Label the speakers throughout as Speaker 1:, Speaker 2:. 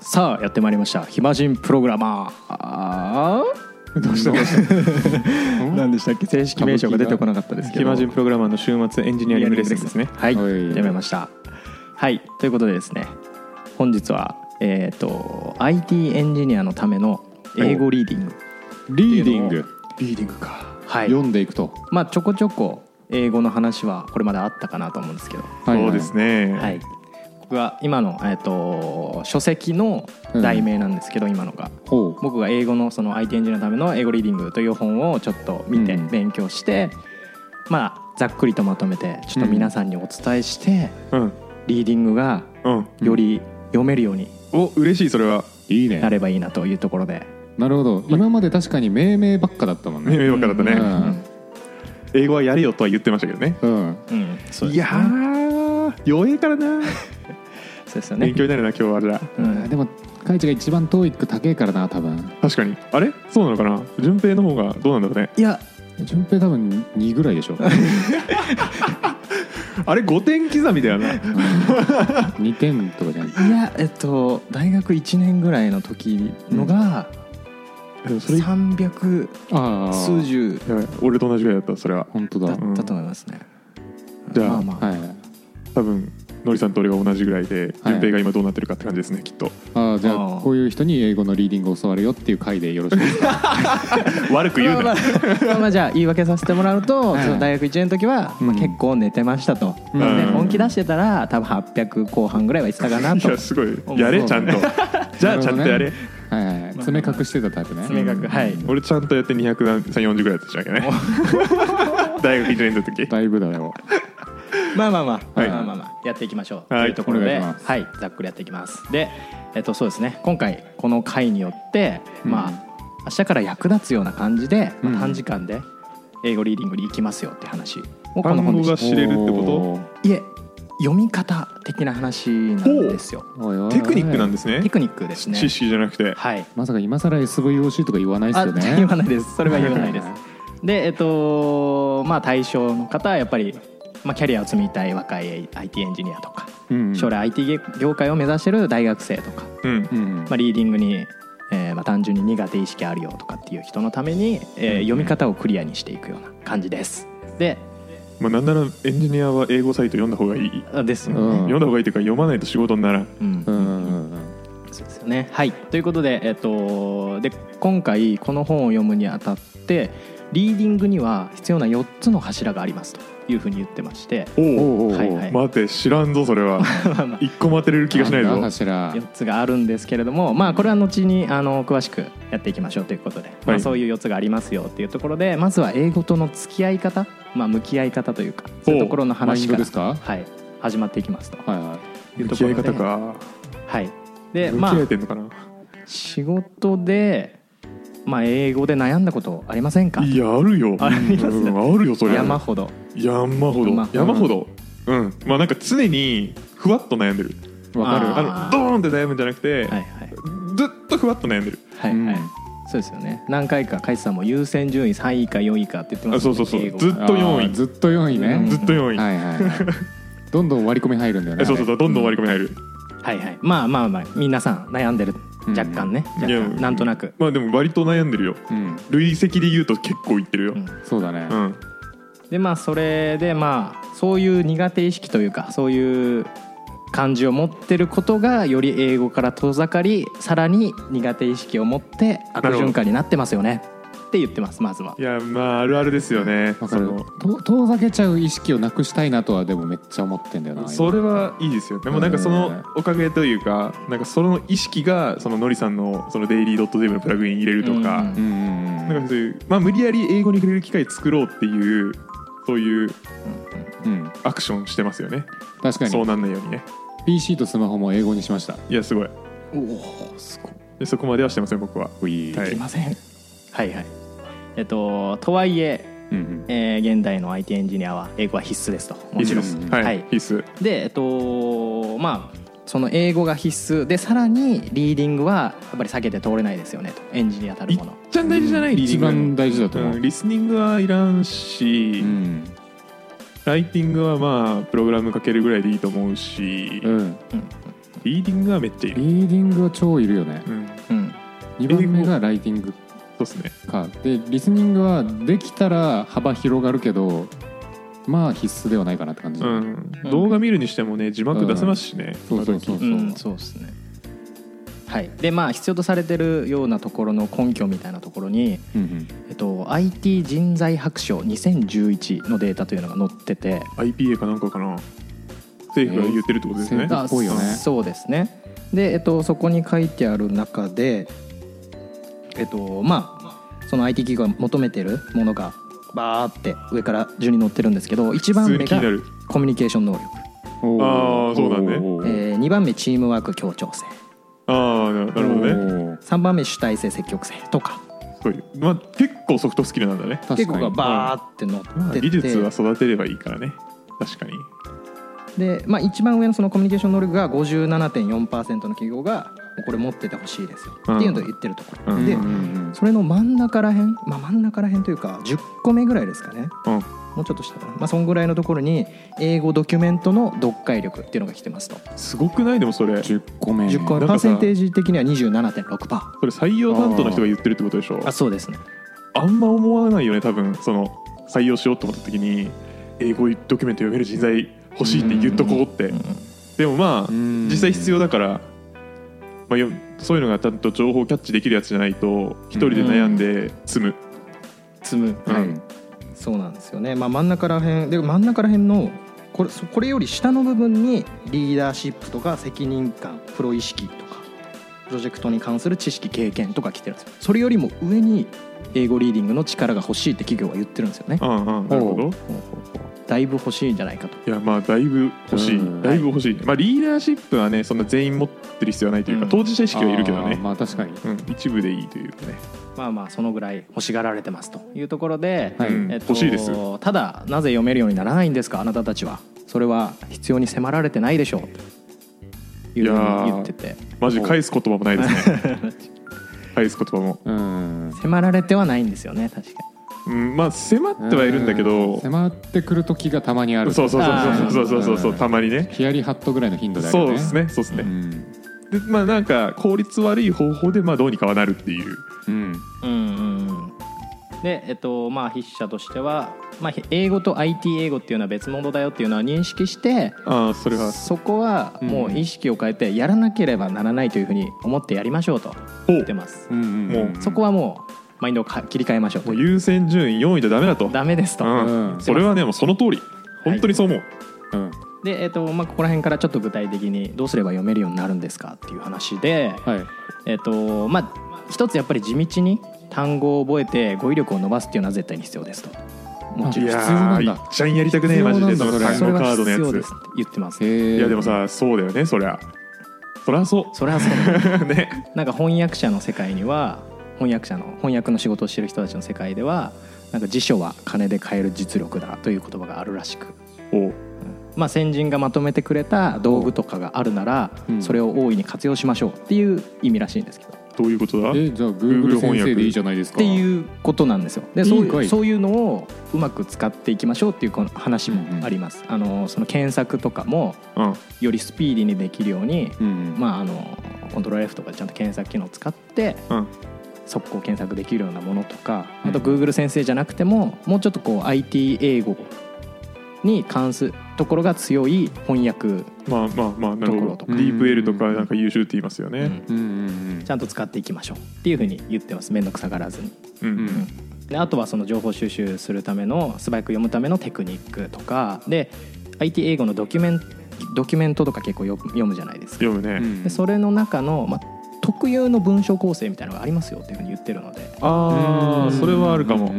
Speaker 1: さあやってまいりました暇人プログラマー
Speaker 2: どうしたどうした
Speaker 1: 何でしたっけ正式名称が出てこなかったですけど
Speaker 2: 暇人プログラマーの週末エンジニアリングレッスンですね
Speaker 1: はい
Speaker 3: はい
Speaker 1: やめましたはいということでですね本日はえっ、と IT エンジニアのための英語リーディング
Speaker 3: リーディング
Speaker 1: リーディングかはい
Speaker 3: 読んでいくと、
Speaker 1: まあちょこちょこ英語の話はこれまであったかなと思うんですけど
Speaker 3: はいはい
Speaker 2: そうですね、
Speaker 1: はい僕が今の、えー、と書籍の題名なんですけど、今のが
Speaker 3: ほ
Speaker 1: 僕が英語のその IT エンジニアのための英語リーディングという本をちょっと見て
Speaker 3: うん
Speaker 1: 勉強して、まあざっくりとまとめてちょっと皆さんにお伝えして、
Speaker 2: うん
Speaker 1: リーディングが
Speaker 2: うん
Speaker 1: より読めるように
Speaker 2: お嬉しいそれは
Speaker 3: ういいね
Speaker 1: な
Speaker 3: な
Speaker 1: ればいいなというところで、
Speaker 3: るほど今まで確かに命名ばっかだったもん
Speaker 2: ね
Speaker 3: ね
Speaker 2: 迷惑だった
Speaker 3: う
Speaker 2: ね、
Speaker 3: ん、
Speaker 2: 英語はやれよとは言ってましたけどね
Speaker 3: うん、
Speaker 1: うん、そう
Speaker 2: いやー弱えから
Speaker 1: そ
Speaker 2: な、
Speaker 1: うですよね
Speaker 2: 勉強になるな今日はあれだ
Speaker 1: うん
Speaker 3: でもカイチが一番 TOEIC 高えからな多分
Speaker 2: 確かにあれそうなのかな順平の方がどうなんだろうね
Speaker 1: いや
Speaker 3: 順平多分2ぐらい でしょ、
Speaker 2: あれ5点刻みだよな
Speaker 3: 2点とかじゃない
Speaker 1: いやえっと大学1年ぐらいの時のが
Speaker 2: でもそれや
Speaker 1: 300
Speaker 3: ああ
Speaker 1: 数十
Speaker 2: ばい俺と同じぐらいだったそれは
Speaker 3: 本当
Speaker 1: だ
Speaker 3: だ
Speaker 1: ったと思いますね、
Speaker 2: じゃあ
Speaker 1: まあまあ、
Speaker 3: はい
Speaker 2: 多分のりさんと俺が同じぐらいで
Speaker 3: はい
Speaker 2: 順平が今どうなってるかって感じですねきっと
Speaker 3: ああじゃ
Speaker 1: あ
Speaker 3: あ
Speaker 1: ー
Speaker 3: こういう人に英語のリーディングを教わるよっていう回でよろしいですか
Speaker 2: 悪く言う
Speaker 1: まあまあ
Speaker 2: な
Speaker 1: まあまあじゃあ言い訳させてもらうと、
Speaker 3: はい
Speaker 1: その大学1年の時は、
Speaker 3: うん
Speaker 1: まあ、結構寝てましたと、
Speaker 3: うん
Speaker 1: で
Speaker 2: うん
Speaker 1: 本気出してたら多分800後半ぐらいは言ってたかないと
Speaker 2: やすごいやれちゃん と じゃあちゃんとやれ
Speaker 3: はいはいはい爪隠してたタイプね
Speaker 1: 爪隠はい
Speaker 2: 俺ちゃんとやって240ぐらいだったじゃん けね大学1年の時
Speaker 3: だいぶだよ
Speaker 1: まあまあまあ、
Speaker 2: はい
Speaker 1: まあまあまあやっていきましょう、
Speaker 2: はい
Speaker 1: というところ
Speaker 3: お願
Speaker 1: で
Speaker 3: いします
Speaker 1: はいざっくりやっていきますでえっとそうですね今回この回によって、ま
Speaker 3: うん
Speaker 1: あ明日から役立つような感じで、まあ
Speaker 3: うん
Speaker 1: 短時間で英語リーディングに行きますよって話をこの
Speaker 2: 単
Speaker 1: 本
Speaker 2: 語
Speaker 1: で
Speaker 2: が
Speaker 1: し
Speaker 2: 知れるってこ
Speaker 3: おー
Speaker 1: いえ読み方的な話なんですよ
Speaker 3: おいおいお
Speaker 2: と
Speaker 3: い
Speaker 2: テクニックなんですね
Speaker 1: テクニックですね
Speaker 2: 知識じゃなくて
Speaker 1: はい
Speaker 3: まさか今更 SVOC とか言わないです
Speaker 1: あ
Speaker 3: よね
Speaker 1: 言わないですそれは言わないです でえっとまあ対象の方はやっぱり、まあ、キャリアを積みたい若い IT エンジニアとか、
Speaker 3: うん
Speaker 1: 将来 IT げ業界を目指してる大学生とか、
Speaker 2: うん
Speaker 3: うん
Speaker 1: まあ、リーディングに、えーまあ、単純に苦手意識あるよとかっていう人のために、えー読み方をクリアにしていくような感じですで
Speaker 2: まあなんならエンジニアは英語サイト読んだ方がいい
Speaker 1: あですよ
Speaker 3: うん
Speaker 1: ね、
Speaker 2: 読んだ方がいいというか読まないと仕事にならん
Speaker 1: うん
Speaker 3: うんうんうん
Speaker 1: そうですよね。はい、ということで,、えっと、で今回この本を読むにあたってリーディングには必要な4つの柱がありますというふうに言ってまして、
Speaker 2: お
Speaker 3: おうおうおう
Speaker 1: はいはい
Speaker 2: 待て知らんぞそれは
Speaker 1: まあまあ
Speaker 2: 一個も当てれる気がしない
Speaker 3: なん
Speaker 2: ぞ
Speaker 3: だ柱
Speaker 1: 4つがあるんですけれども、まあ、これは後にあの詳しくやっていきましょうということで、ま
Speaker 2: は
Speaker 1: あ、
Speaker 2: い
Speaker 1: そういう4つがありますよっていうところでまずは英語との付き合い方、まあ、向き合い方というかそういうところの
Speaker 3: マイ
Speaker 1: 話か
Speaker 3: ンド
Speaker 1: ら
Speaker 3: です、か
Speaker 1: はい、始まっていきますと
Speaker 3: はいはい
Speaker 1: いう
Speaker 2: 向
Speaker 1: とこ
Speaker 2: き合
Speaker 1: ろ
Speaker 2: い
Speaker 1: で
Speaker 2: 方か
Speaker 1: はい、で
Speaker 2: 向き
Speaker 1: まあ
Speaker 2: 合えてんのかな
Speaker 1: 仕事で、まあ、英語で悩んだことありませんか
Speaker 2: いやあるよ
Speaker 1: あります
Speaker 2: うんあるよそれ
Speaker 1: 山ほど
Speaker 2: 山ほど
Speaker 1: 山ほど
Speaker 2: 山ほどうんまあなんか常にふわっと悩んでる
Speaker 3: わかる
Speaker 1: あ
Speaker 2: あ
Speaker 1: ー
Speaker 2: のドーンって悩むんじゃなくて
Speaker 1: はいはい
Speaker 2: ずっとふわっと悩んでる
Speaker 1: はいはい、そうですよね何回か海津さんも優先順位3位か4位かって言ってま
Speaker 2: あ
Speaker 1: すよ
Speaker 2: そう
Speaker 1: ね
Speaker 2: そうそう
Speaker 1: 英語
Speaker 2: ずっと4
Speaker 3: あー
Speaker 2: 位
Speaker 3: ずっと4位
Speaker 1: うん
Speaker 3: ね
Speaker 2: ずっと4位
Speaker 3: はいはいはいどんどん割り込み入るんだよ
Speaker 2: え
Speaker 3: ね
Speaker 2: そうそうそうどんどん割り込み入る
Speaker 1: はいはいまあまあまあ皆さん悩んでる
Speaker 3: うん
Speaker 1: 若干ね、
Speaker 2: いや
Speaker 1: 若干なんとなく、
Speaker 2: まあでも割と悩んでるよ
Speaker 3: うん
Speaker 2: 累積で言うと結構いってるよ
Speaker 1: うん
Speaker 3: そうだね
Speaker 2: うん
Speaker 1: でまあそれでまあそういう苦手意識というかそういう感じを持ってることがより英語から遠ざかりさらに苦手意識を持って悪循環になってますよねって言ってますまずはい
Speaker 2: やまああるあるですよね
Speaker 3: わか
Speaker 2: そ
Speaker 3: る
Speaker 2: の
Speaker 3: と遠ざけちゃう意識をなくしたいなとはでもめっちゃ思ってんだよな
Speaker 2: それはいいですよねもうなんかそのおかげというかなんかその意識がそののりさんのそのデイリー .dev のプラグイン入れると
Speaker 1: うんう
Speaker 2: か
Speaker 1: ん
Speaker 3: 今うんうんうん
Speaker 2: なんかそういうまあ無理やり英語に触れる機会作ろうっていうそういう
Speaker 3: うん
Speaker 2: アクションしてますよね
Speaker 3: 確か
Speaker 2: そう
Speaker 3: に
Speaker 2: なんないようにね
Speaker 3: PC とスマホも英語にしました
Speaker 2: いやすごい
Speaker 1: おおすごい
Speaker 2: でそこまではしてません僕はは
Speaker 1: でき
Speaker 2: い
Speaker 1: ません、はいはいえっととはいえ
Speaker 3: うん
Speaker 1: えー現代の IT エンジニアは英語は必須ですとも
Speaker 2: 必
Speaker 1: ち
Speaker 2: 須
Speaker 1: ろ
Speaker 2: で
Speaker 1: ん
Speaker 2: す
Speaker 3: うん
Speaker 2: は
Speaker 1: はいい
Speaker 2: 必須
Speaker 1: でえっとまあその英語が必須でさらにリーディングはやっぱり避けて通れないですよねとエンジニアたる
Speaker 2: いっ
Speaker 1: もの
Speaker 2: ちゃん大事じゃないリーディ
Speaker 3: 一
Speaker 2: ング
Speaker 3: 番大事だと思
Speaker 2: う
Speaker 3: うん
Speaker 2: リスニングはいらんし、
Speaker 3: うん
Speaker 2: ライティングはまあプログラムかけるぐらいでいいと思うし、
Speaker 3: うん
Speaker 2: リーディングがめっちゃいる、
Speaker 3: リーディングは超いるよね
Speaker 2: うん、
Speaker 1: うん
Speaker 3: 2番目がライティング
Speaker 2: そうっすね
Speaker 3: かでリスニングはできたら幅広がるけどまあ必須ではないかなって感じ、
Speaker 2: うん
Speaker 1: うん
Speaker 2: 動画見るにしてもね字幕出せますしね、
Speaker 3: そうそうそう
Speaker 2: 今時
Speaker 3: そうう、
Speaker 1: んそうですねはいでまあ必要とされてるようなところの根拠みたいなところに、
Speaker 3: うんうん
Speaker 1: えっと、IT 人材白書2011のデータというのが載ってて
Speaker 2: IPA かなんかかな政府が言ってるってことですね、
Speaker 3: えーあっぽいよね
Speaker 1: そうですねで、えっと、そこに書いてある中でえっとまあその IT 企業が求めてるものがバーって上から順に載ってるんですけど1番
Speaker 2: 普通
Speaker 1: 目
Speaker 2: に気
Speaker 1: が
Speaker 2: になる
Speaker 1: コミュニケーション能力、
Speaker 3: おー
Speaker 2: あーそうだね
Speaker 3: おー
Speaker 1: え2番目チームワーク協調性
Speaker 2: ああななるほどね
Speaker 3: ね
Speaker 1: 3番目主体性積極性とか
Speaker 2: すごい、まあ、結構ソフトスキルなんだね、
Speaker 1: 結
Speaker 3: 確
Speaker 1: 構
Speaker 3: か
Speaker 1: が
Speaker 3: に
Speaker 1: バーって載ってて、
Speaker 2: まあ、技術は育てればいいからね確かに
Speaker 1: で、まあ、一番上のそのコミュニケーション能力が57.4%の企業がもうこれ持っててほしいですよ、
Speaker 2: うん
Speaker 1: っていうのを言ってるところ、
Speaker 2: うん
Speaker 1: で
Speaker 3: うんうん
Speaker 1: それの真ん中らへん、まあ、真ん中らへんというか10個目ぐらいですかね
Speaker 2: うん
Speaker 1: もうちょっとしたかな、まあ、そんぐらいのところに英語ドキュメントの読解力っていうのが来てますと
Speaker 2: すごくないでもそれそれ
Speaker 3: 10個目
Speaker 1: 10個
Speaker 2: な
Speaker 1: 目パ
Speaker 2: んか
Speaker 1: ー
Speaker 2: さ
Speaker 1: センテージ的には27.6%
Speaker 2: 採用担当の人が言ってるってことでしょ
Speaker 1: あそうですね
Speaker 2: あんま思わないよね多分その採用しようと思った時に英語ドキュメント読める人材欲しいって言っとこうって、でもまあ、
Speaker 3: うん
Speaker 2: 実際必要だから、まあ、よそういうのがちゃんと情報をキャッチできるやつじゃないと一人で悩んで済む、
Speaker 1: 積む、
Speaker 2: うん
Speaker 1: はいそうなんですよね、まあ、真ん中らへんで真ん中らへんのこれそこれより下の部分にリーダーシップとか責任感プロ意識とかプロジェクトに関する知識経験とか来てるんですよそれよりも上に英語リーディングの力が欲しいって企業は言ってるんですよね
Speaker 2: うんうんなるほど
Speaker 1: だいぶ欲しいんじゃないかと
Speaker 2: いやまあだいぶ欲しい、
Speaker 3: うん
Speaker 2: だいぶ欲しい、まあ、リーダーシップはねそんな全員持ってる必要はないというか、
Speaker 1: うん
Speaker 2: 当事者意識はいるけど
Speaker 3: あー
Speaker 2: ね、
Speaker 3: まあ確かに
Speaker 2: うん、一部でいいというかね、
Speaker 1: まあまあそのぐらい欲しがられてますというところで、
Speaker 3: はい
Speaker 2: うん
Speaker 1: えっと
Speaker 2: 欲しいです
Speaker 1: ただなぜ読めるようにならないんですかあなたたちはそれは必要に迫られてないでしょうというふうに言ってて
Speaker 2: マジ返す言葉もないですね返す言葉も、
Speaker 3: うん
Speaker 1: 迫られてはないんですよね確かに
Speaker 2: うん、まあ迫ってはいるんだけど、
Speaker 3: う迫ってくる時がたまにある
Speaker 2: そうそうそうそうそうそうそうそう
Speaker 3: あー
Speaker 2: たまにね
Speaker 3: ヒヤリハットぐらいの頻度である
Speaker 2: そ
Speaker 3: よ
Speaker 2: う
Speaker 3: ね
Speaker 2: ですねそうです
Speaker 3: う
Speaker 2: ね、
Speaker 3: ん
Speaker 2: でまあなんか効率悪い方法でまあどうにかはなるっていう
Speaker 3: うん
Speaker 1: うんうんうんで、えっとまあ、筆者としては、まあ、ひ英語と IT 英語っていうのは別物だよっていうのは認識して
Speaker 2: ああそれは
Speaker 1: そこはもう意識を変えてやらなければならないというふうに思ってやりましょうと
Speaker 2: ほ
Speaker 1: 言って
Speaker 2: う
Speaker 1: ます、
Speaker 3: うんうん
Speaker 2: もう
Speaker 1: そこ
Speaker 3: は
Speaker 1: はもうマインドをか切り替えましょう
Speaker 2: もう優先順位4位じゃダメだと
Speaker 1: ダメですと、
Speaker 2: うん
Speaker 3: うん
Speaker 2: それはねもうその通り本当にそう思う、
Speaker 3: うん
Speaker 1: で、えっとまあ、ここら辺からちょっと具体的にどうすれば読めるようになるんですかっていう話で、
Speaker 3: はい
Speaker 1: えっとまあ、一つやっぱり地道に単語を覚えて語彙力を伸ばすっていうのは絶対に必要ですともち
Speaker 3: うん
Speaker 1: ろ
Speaker 2: い
Speaker 1: ん
Speaker 2: や
Speaker 3: 必要
Speaker 2: ー
Speaker 3: なん
Speaker 2: い
Speaker 3: だ
Speaker 2: っちゃんやりたくねえマジで
Speaker 3: 必
Speaker 2: そ
Speaker 3: 要な
Speaker 2: の
Speaker 3: んだ
Speaker 2: 単
Speaker 1: そ
Speaker 2: 語
Speaker 1: れ
Speaker 2: カ
Speaker 1: は
Speaker 2: ードの
Speaker 1: 必要で
Speaker 2: や
Speaker 1: すって言ってます
Speaker 3: い
Speaker 2: ついやでもさそうだよねそりゃそりゃそ
Speaker 1: それはそうだ
Speaker 2: うね
Speaker 1: なんか翻訳者の世界には翻訳者の翻訳の仕事をしてる人たちの世界ではなんか辞書は金で買える実力だという言葉があるらしく、
Speaker 2: おう
Speaker 1: まあ、先人がまとめてくれた道具とかがあるなら
Speaker 3: うん
Speaker 1: それを大いに活用しましょうっていう意味らしいんですけど、っ
Speaker 2: どういうことだ
Speaker 3: えじゃあ
Speaker 2: Google
Speaker 3: Google 先生でいいじゃないですか
Speaker 1: ていうことなんですよでそうい
Speaker 3: いいんか
Speaker 1: う
Speaker 3: い
Speaker 1: そういうのをうまく使っていきましょうっていうこの話もあります、あのその検索とかも
Speaker 2: うん
Speaker 1: よりスピーディーにできるように、
Speaker 3: うん
Speaker 1: まあ、あのコントロール F とかでちゃんと検索機能を使って
Speaker 2: うん
Speaker 1: 速攻検索できるようなものとか
Speaker 3: うん
Speaker 1: あと Google 先生じゃなくてももうちょっとこう IT 英語に関するところが強い翻訳、
Speaker 2: まあまあまあなるほど
Speaker 1: ところと
Speaker 3: か
Speaker 2: ディープ L とかなんか優秀って言いますよ
Speaker 1: う
Speaker 2: ね
Speaker 1: ん
Speaker 3: うんうん
Speaker 1: ちゃんと使っていきましょうっていうふうに言ってます面倒くさがらずに
Speaker 2: うん、
Speaker 3: うんうん
Speaker 1: であとはその情報収集するための素早く読むためのテクニックとかで IT 英語のドキュメンドキュメントとか結構よ読むじゃないですか
Speaker 2: 読むね、
Speaker 1: でそ
Speaker 3: れ
Speaker 1: れの中の、まあ、特有の文章構成みたいなのがありますよっていうふうに言ってるので
Speaker 2: ああそれはあるかも、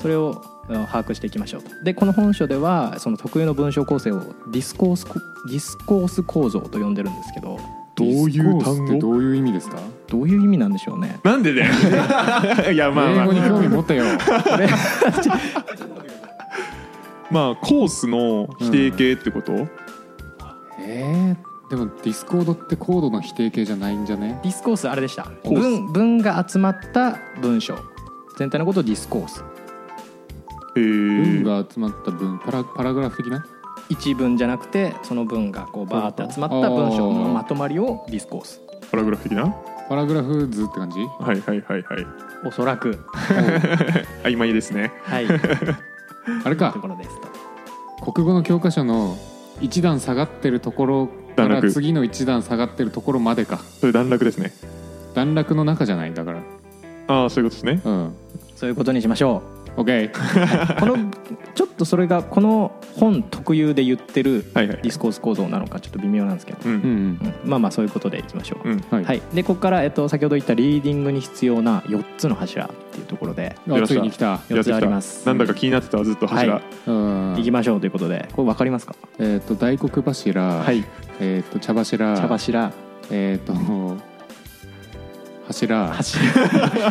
Speaker 1: それをうん把握していきましょうとでこの本書ではその特有の文章構成をディスコースこディスコース構造と呼んでるんですけど
Speaker 2: どういう単
Speaker 3: ってど
Speaker 2: 語
Speaker 3: ういう意味ですか
Speaker 1: どういう意味なんでしょうね
Speaker 2: なんでだよいやまあま
Speaker 3: 英
Speaker 2: あ
Speaker 3: 語に興味持ってよ
Speaker 2: まあコースの否定形ってこと、
Speaker 3: えーでもディスコードってコードの否定形じゃないんじゃね
Speaker 1: ディスコースあれでした
Speaker 2: コース
Speaker 1: 文文が集まった文章全体のことをディスコース
Speaker 2: へえ
Speaker 3: 文が集まった文パラパラグラフ的な
Speaker 1: 一文じゃなくてその文がこうバーって集まった文章のまとまりをディスコース
Speaker 2: パラグラフ的な
Speaker 3: パラグラフ図って感 じ
Speaker 2: はいはいはいはい
Speaker 1: おそらく
Speaker 2: 曖昧ですね
Speaker 1: はいという
Speaker 3: あれか
Speaker 1: ところですと
Speaker 3: 国語の教科書の一段下がってるところか
Speaker 2: 段
Speaker 3: ら
Speaker 2: 落
Speaker 3: 次の一段下がってるところまでか
Speaker 2: それ段落ですね
Speaker 3: 段落の中じゃないだから
Speaker 2: ああそういうことですね
Speaker 3: うん
Speaker 1: そういうことにしましょ
Speaker 3: OK
Speaker 1: うこのちょっとそれがこの本特有で言ってる
Speaker 2: はいは
Speaker 1: デ
Speaker 2: い
Speaker 1: ィスコース構造なのかちょっと微妙なんですけど、
Speaker 2: う
Speaker 3: うん
Speaker 1: う
Speaker 3: ん
Speaker 1: んまあまあそういうことでいきましょう、
Speaker 2: うん
Speaker 3: うん
Speaker 1: はい、でここから、えっと、先ほど言ったリーディングに必要な4つの柱っていうところで
Speaker 2: 出
Speaker 3: あ
Speaker 2: ました
Speaker 3: ついに来た
Speaker 1: 4つあります
Speaker 2: なんだか気になってたわずっと柱、
Speaker 1: はい
Speaker 3: うん
Speaker 1: いきましょうということでこれ分かりますか
Speaker 3: えっと大黒柱
Speaker 1: はい
Speaker 3: えっと茶柱
Speaker 1: 茶柱
Speaker 3: えっと柱
Speaker 1: 柱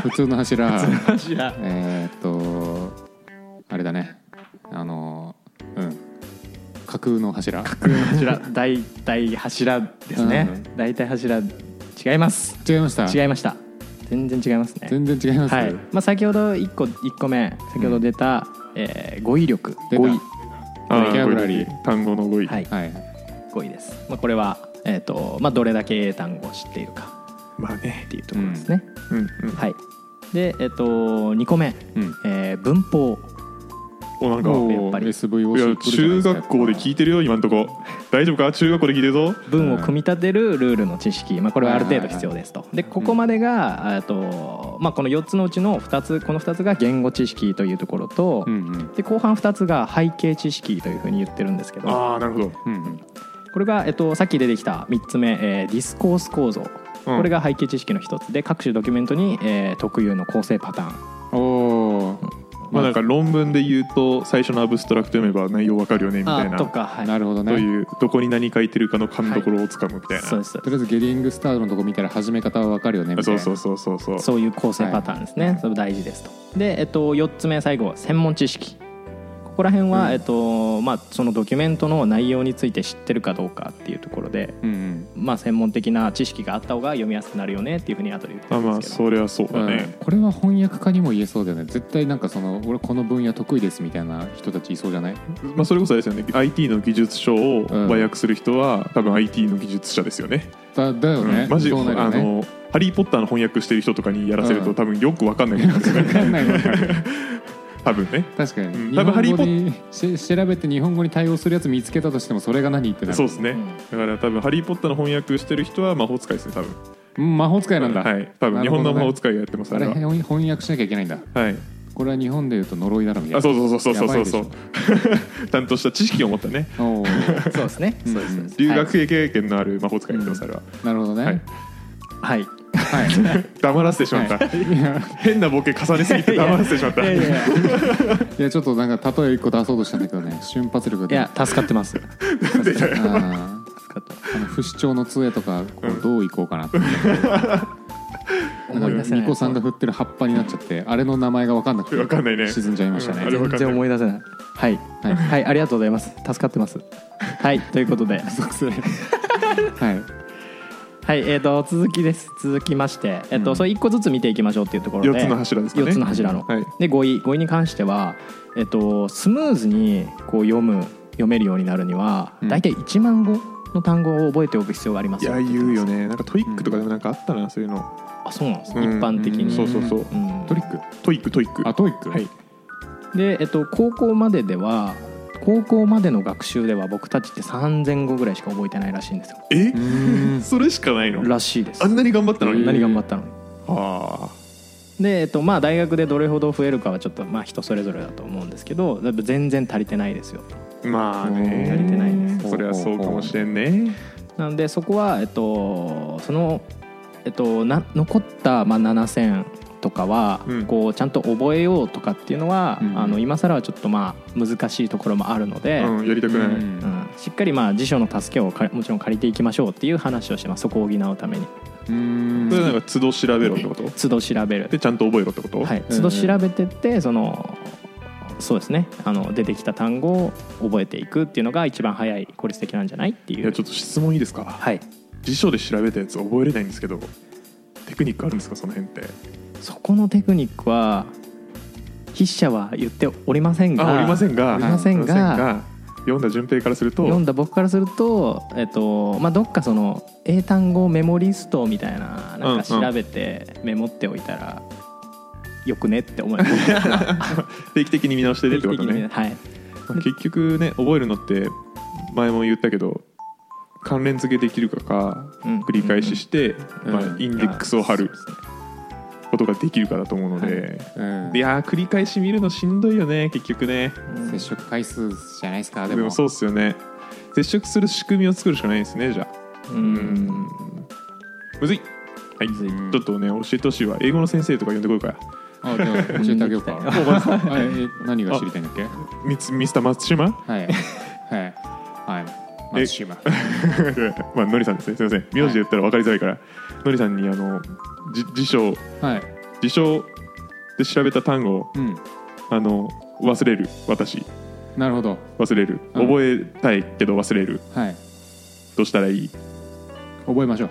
Speaker 3: 普通の柱
Speaker 1: 柱
Speaker 3: えーっとあれだねあのうん架空の柱
Speaker 1: 柱大体柱ですね、大体柱違います
Speaker 3: 違いました
Speaker 1: 違いました全然違いますね
Speaker 3: 全然違います、
Speaker 1: はいまあ、先ほど1個一個目先ほど出た、えー語彙力
Speaker 3: 出た
Speaker 1: 語彙
Speaker 2: あ
Speaker 3: ボキャブラリー
Speaker 2: こういう単語の語彙、
Speaker 1: はい
Speaker 3: はい
Speaker 1: 語彙です、まあ、これは、えーとまあ、どれだけ英単語を知っているか
Speaker 2: まあね
Speaker 1: っていうところですね、
Speaker 2: うんうん
Speaker 1: はいでえっ、と2個目、
Speaker 3: うん
Speaker 1: えー文法
Speaker 2: おなんか
Speaker 1: お
Speaker 2: い
Speaker 1: やっぱり
Speaker 3: SVO
Speaker 2: や中学校で聞いてるよ今んとこ大丈夫か中学校で聞いてるぞ
Speaker 1: 文を組み立てるルールの知識、まあ、これはある程度必要ですと、でここまでが、えっとまあ、この4つのうちの2つこの2つが言語知識というところと、
Speaker 3: うんうん
Speaker 1: で後半2つが背景知識というふうに言ってるんですけど
Speaker 2: ああなるほど
Speaker 3: うん
Speaker 1: これが、えっとさっき出てきた3つ目、えーディスコース構造、
Speaker 2: うん
Speaker 1: これが背景知識の1つで各種ドキュメントに、えー特有の構成パターン
Speaker 3: うんおー
Speaker 2: まあなんか論文で言うと最初のアブストラクト読めば内容わかるよねみたい
Speaker 1: あ
Speaker 2: な
Speaker 1: とか、はい、
Speaker 3: なるほど
Speaker 2: と
Speaker 3: ね
Speaker 2: いうどこに何書いてるかの勘どころをつかむみたいな、
Speaker 1: そうです
Speaker 3: とりあえずゲリングスタートのとこ見たら始め方はわかるよねみたい
Speaker 2: そう
Speaker 3: な
Speaker 2: そうそうそうそう
Speaker 1: そういう構成パターンですね、
Speaker 3: はい
Speaker 1: それ大事ですとで、えっと、4つ目最後専門知識ここら辺は、
Speaker 3: うん
Speaker 1: えっとまあ、そのドキュメントの内容について知ってるかどうかっていうところで、
Speaker 3: うん
Speaker 1: まあ、専門的な知識があった方が読みやすくなるよねっていうふうに後で言って
Speaker 2: ま
Speaker 1: る
Speaker 2: あ
Speaker 1: ん
Speaker 2: まあ
Speaker 1: ですけど、
Speaker 2: それはそう
Speaker 3: うん
Speaker 2: だね、
Speaker 3: これは翻訳家にも言えそうだよね絶対なんかその俺この分野得意ですみたいな人たちいそうじゃない
Speaker 2: まあ、それこそあれですよね IT の技術書を和訳する人は、多分 IT の技術者ですよね、
Speaker 3: だだよね、
Speaker 2: うんマジ、
Speaker 3: そうなる
Speaker 2: あ
Speaker 3: よね
Speaker 2: の「ハリー・ポッター」の翻訳してる人とかにやらせると、
Speaker 3: うん
Speaker 2: 多分よくわかんないと思うんですよ
Speaker 3: わ
Speaker 2: ね
Speaker 3: かんないわかん ない
Speaker 2: 多分ね
Speaker 3: 確かに、
Speaker 2: うん
Speaker 3: 日
Speaker 2: 多分ハリー
Speaker 3: 本
Speaker 2: ポ
Speaker 3: 語
Speaker 2: ッ
Speaker 3: にし調べて日本語に対応するやつ見つけたとしてもそれが何ってなる
Speaker 2: そうですね、
Speaker 1: うん
Speaker 2: だから多分「ハリー・ポッター」の翻訳してる人は魔法使いですね多分
Speaker 3: うん魔法使いなんだ、
Speaker 2: はい多分
Speaker 3: な
Speaker 2: 日
Speaker 3: るほ
Speaker 2: 本
Speaker 3: どね
Speaker 2: の魔法使いがやってます
Speaker 3: あ
Speaker 2: あれ
Speaker 3: れ
Speaker 2: は
Speaker 3: 翻翻訳しなきゃいけないんだ
Speaker 2: はい
Speaker 3: これは日本でいうと呪いだろみたいな
Speaker 2: あそうそうそうそうそうそう
Speaker 3: やばい
Speaker 2: そう ちゃんとした知識を持ったね
Speaker 3: でしょおー
Speaker 1: そうですね
Speaker 3: うん
Speaker 1: そうですそうです
Speaker 2: 留学生経験のある魔法使いがやってますあれは、
Speaker 3: なるほどね
Speaker 2: は
Speaker 3: はいい、
Speaker 1: はい、はい
Speaker 2: 黙らせてしまった、
Speaker 3: いや
Speaker 2: 変なボケ重ねすぎて黙らせてしまった
Speaker 1: いやいやい
Speaker 3: いやちょっとなんか例え一個出そうとしたんだけどね瞬発力が
Speaker 1: や助かってます助
Speaker 3: あ
Speaker 1: かっ
Speaker 3: ー
Speaker 1: てます
Speaker 3: あの不死鳥の杖とかこうどういこうかなって、
Speaker 1: 思い出せない
Speaker 3: ニコさんが振ってる葉っぱになっちゃってあれの名前が分かんなくて
Speaker 2: わかんないね
Speaker 3: 沈んじゃいましたね、
Speaker 2: うんあれわかんな
Speaker 1: 全
Speaker 2: い
Speaker 1: 然思い出せないはい
Speaker 3: はい
Speaker 1: はいありがとうございます助かってますはいということで
Speaker 3: はい
Speaker 1: はい、えー、と続きです続きまして、えっと
Speaker 3: うん
Speaker 1: それ一個ずつ見ていきましょうっていうところで
Speaker 2: 4つの柱ですかね
Speaker 1: 4つの柱の、
Speaker 2: はい
Speaker 1: で語彙語彙に関しては、えっとスムーズにこう読む読めるようになるには、
Speaker 3: うん
Speaker 1: 大体1万語の単語を覚えておく必要がありま
Speaker 2: い
Speaker 1: す
Speaker 2: や言うよ
Speaker 1: ね
Speaker 2: ねなんかトイックとかでもなんかあったなそういうの、
Speaker 1: あそうなんです、
Speaker 2: うん
Speaker 1: 一般的に、
Speaker 3: うん
Speaker 2: そうそうそう、
Speaker 1: うん
Speaker 2: トリックトイックトイック
Speaker 3: あトイック、
Speaker 2: はい
Speaker 1: で、えっと高校まででは高校までの学習では僕たちって3000語ぐらいしか覚えてないらしいんですよ
Speaker 2: え
Speaker 3: うーん
Speaker 2: それしかないの
Speaker 1: らしいです
Speaker 2: あんなに頑張ったのに、
Speaker 1: 何頑張ったのに
Speaker 2: あ
Speaker 1: で、えっとまあ、大学でどれほど増えるかはちょっと、まあ、人それぞれだと思うんですけどだいぶ全然足りてないですよ
Speaker 2: あまあね
Speaker 1: 足りてないです
Speaker 2: それはそうかもしれんね
Speaker 1: なのでそこは、えっと、その、えっと、な残った、まあ、7000とかは、
Speaker 2: うん
Speaker 1: こうちゃんと覚えようとかっていうのは、
Speaker 3: うん
Speaker 1: あの今更はちょっとまあ難しいところもあるので、
Speaker 2: うんやりたくない、
Speaker 3: うん
Speaker 1: うんしっかりまあ辞書の助けをかもちろん借りていきましょうっていう話をしてますそこを補うために
Speaker 3: うーん
Speaker 2: それはなんか都度調べろってこと
Speaker 1: 都度調べる
Speaker 2: でちゃんと覚えろってこと、
Speaker 1: はい、
Speaker 3: うん
Speaker 1: 都度調べてってそのそうですねあの出てきた単語を覚えていくっていうのが一番早い効率的なんじゃないって
Speaker 2: い
Speaker 1: い
Speaker 2: や
Speaker 1: う
Speaker 2: ちょっと質問いいですか
Speaker 1: はい
Speaker 2: 辞書で調べたやつ覚えれないんですけどテクニックあるんですかその辺って
Speaker 1: そこのテクニックは筆者は言っておりませんが
Speaker 2: あおりませんが
Speaker 1: おりませんが
Speaker 2: おりませんが読んだ順平からすると
Speaker 1: 読んだ僕からすると、えっとまあ、どっかその英単語メモリストみたいななんか調べてメモっておいたら、よくねって思い ます
Speaker 2: 定期的に見直してねってこと
Speaker 1: 定期的に
Speaker 2: ね、
Speaker 1: はい
Speaker 2: まあ結局ね覚えるのって前も言ったけど関連付けできるかか
Speaker 1: うん
Speaker 2: 繰り返しして、
Speaker 3: うん
Speaker 2: ま
Speaker 3: う
Speaker 2: あ、
Speaker 3: ん
Speaker 2: インデックスを貼ることができるかだと思うので、
Speaker 3: うん
Speaker 2: い、やー繰り返し見るのしんどいよね結局ね
Speaker 1: うん
Speaker 3: 接触回数じゃないですか
Speaker 2: で
Speaker 3: で
Speaker 2: も
Speaker 3: も
Speaker 2: そうっすよね接触する仕組みを作るしかないですねじゃあ
Speaker 1: う
Speaker 2: うん
Speaker 1: ん
Speaker 2: むずいはい
Speaker 1: むずい
Speaker 2: ちょっとね教えてほしいわ英語の先生とか呼んでこようか
Speaker 3: あじゃあ教えてあげようか はいえ何が知りたいんだっけ
Speaker 2: ミツミスター松島
Speaker 3: はいはいはい松島
Speaker 2: まあのりさんですねすいません名字で言ったら分かりづらいから、のりさんにあのじ辞書
Speaker 3: はい
Speaker 2: 辞書で調べた単語を
Speaker 3: うん
Speaker 2: あの忘れる私
Speaker 3: なるほど
Speaker 2: 忘れる
Speaker 3: うん
Speaker 2: 覚えたいけど忘れる
Speaker 3: はい
Speaker 2: どうしたらい い
Speaker 3: 覚えましょう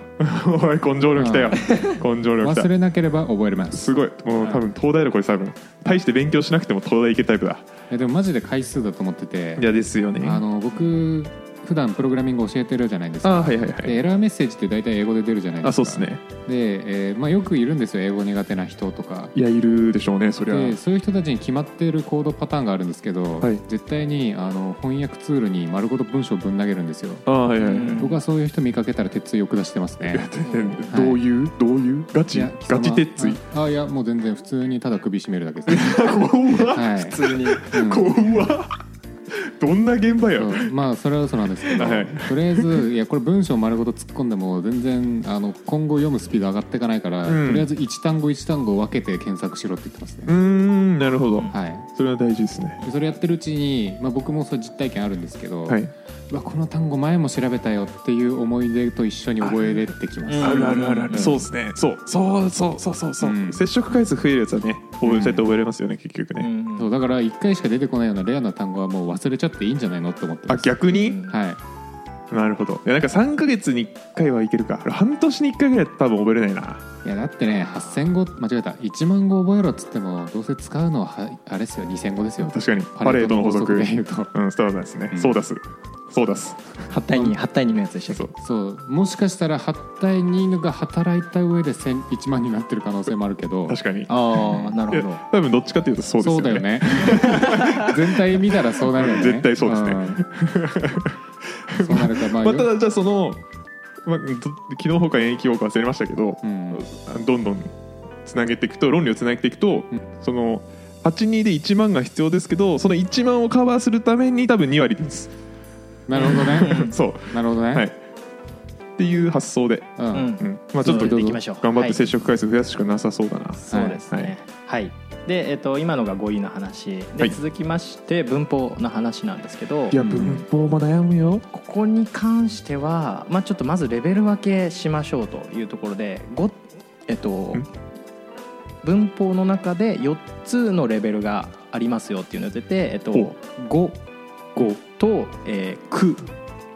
Speaker 2: おい根性力きたよ根性力き
Speaker 3: 忘
Speaker 2: た
Speaker 3: れなければ覚えれます
Speaker 2: すごいもう多分東大だこれ多分大して勉強しなくても東大行けるタイプだ
Speaker 3: いやでもマジで回数だと思ってて
Speaker 2: いやですよね
Speaker 3: あの僕普段プログラミング教えてるじゃないですか
Speaker 2: あはいはいは
Speaker 3: で
Speaker 2: い
Speaker 3: エラーメッセージって大体英語で出るじゃないですか
Speaker 2: あそうですね
Speaker 3: で、えーまあ、よくいるんですよ英語苦手な人とか
Speaker 2: いやいるでしょうねそりゃ
Speaker 3: でそういう人たちに決まっているコードパターンがあるんですけど、
Speaker 2: はい
Speaker 3: 絶対にあの翻訳ツールに丸ごと文章をぶん投げるんですよ、
Speaker 2: あはいはいはい、
Speaker 1: うん
Speaker 3: 僕はそういう人見かけたら鉄槌を下してますね
Speaker 2: どういう、どういうガチ
Speaker 3: いや
Speaker 2: ガチ鉄 槌
Speaker 3: ああいやもう全然普通にただ首絞めるだけ です、はい、普通に、うん
Speaker 2: 怖っどんな現場や
Speaker 3: そうまあそれはそうなんですけど、
Speaker 2: はい
Speaker 3: とりあえずいやこれ文章丸ごと突っ込んでも全然あの今後読むスピード上がっていかないから、
Speaker 2: うん
Speaker 3: とりあえず一単語一単語分けて検索しろって言ってます
Speaker 2: う
Speaker 3: ね、
Speaker 2: ーんなるほど
Speaker 3: はい
Speaker 2: それは大事ですね
Speaker 3: でそれやってるうちに、まあ、僕もそういう実体験あるんですけど、
Speaker 2: はいう
Speaker 3: わこの単語前も調べたよっていう思い出と一緒に覚えれてきます、
Speaker 1: うん
Speaker 2: あるあるあるあ
Speaker 1: う
Speaker 2: る
Speaker 1: ん
Speaker 2: そうですねそうそうそうそうそうそう、
Speaker 3: うん
Speaker 2: 接触回数増えるやつはね覚
Speaker 3: う
Speaker 2: え
Speaker 3: ん
Speaker 2: ちゃって覚えれますよね結局ね、
Speaker 1: うん
Speaker 3: そうだから1回しか出てこないようなレアな単語はもう忘れちゃっていいんじゃないのと思って
Speaker 2: あ
Speaker 3: ます
Speaker 2: 逆に
Speaker 3: はい
Speaker 2: なるほどいやなんか3か月に1回はいけるか半年に1回ぐらい多分覚えれないない
Speaker 3: やだってね8000語間違えた1万語覚えろっつってもどうせ使うのははあれですよ2000語ですよ
Speaker 2: 確かにパレードの法則
Speaker 3: で言うと
Speaker 2: うんそうなんですね、
Speaker 3: うん
Speaker 2: そうだすそうだす
Speaker 1: 8対28対2のやつでしたっけ
Speaker 2: そう
Speaker 3: そうもしかしたら8対2が働いた上で1000 1万になってる可能性もあるけど
Speaker 2: 確かに
Speaker 1: ああなる
Speaker 2: い
Speaker 1: ほ
Speaker 2: や多分どっちかっていうとそうです
Speaker 3: そうだよね 全体見たらそうなるよね
Speaker 2: 絶対そうですね
Speaker 3: うんそうなるかまあ、
Speaker 2: まあ、ただじゃあその、まあ、ど機能崩壊延期崩壊忘れましたけど
Speaker 3: う、ん、
Speaker 2: どんどんつなげていくと論理をつなげていくと、
Speaker 3: うん
Speaker 2: その82で1万が必要ですけどその1万をカバーするために多分2割です、
Speaker 3: なるほどね
Speaker 2: そう
Speaker 3: なるほどね、
Speaker 2: はいっていう発想で、
Speaker 3: う
Speaker 1: どうんん
Speaker 2: うんまあ、ちょっ
Speaker 1: そ
Speaker 2: と
Speaker 1: う
Speaker 2: 頑
Speaker 1: 行きましょう
Speaker 2: 張って接
Speaker 1: はい
Speaker 2: 触回数増やすしかなさそうだな、
Speaker 1: そうですねはいでえっと今のが語彙の話
Speaker 2: は
Speaker 1: で
Speaker 2: い
Speaker 1: 続きまして文法の話なんですけど
Speaker 2: い、や
Speaker 3: うん
Speaker 2: 文法も悩むよ、
Speaker 1: ここに関しては、まあ、ちょっとまずレベル分けしましょうというところで、ごえっと
Speaker 2: ん、
Speaker 1: 文法の中で4つのレベルがありますよっていうのが出て、えっと、
Speaker 2: ほ
Speaker 1: 語語と、えー、句、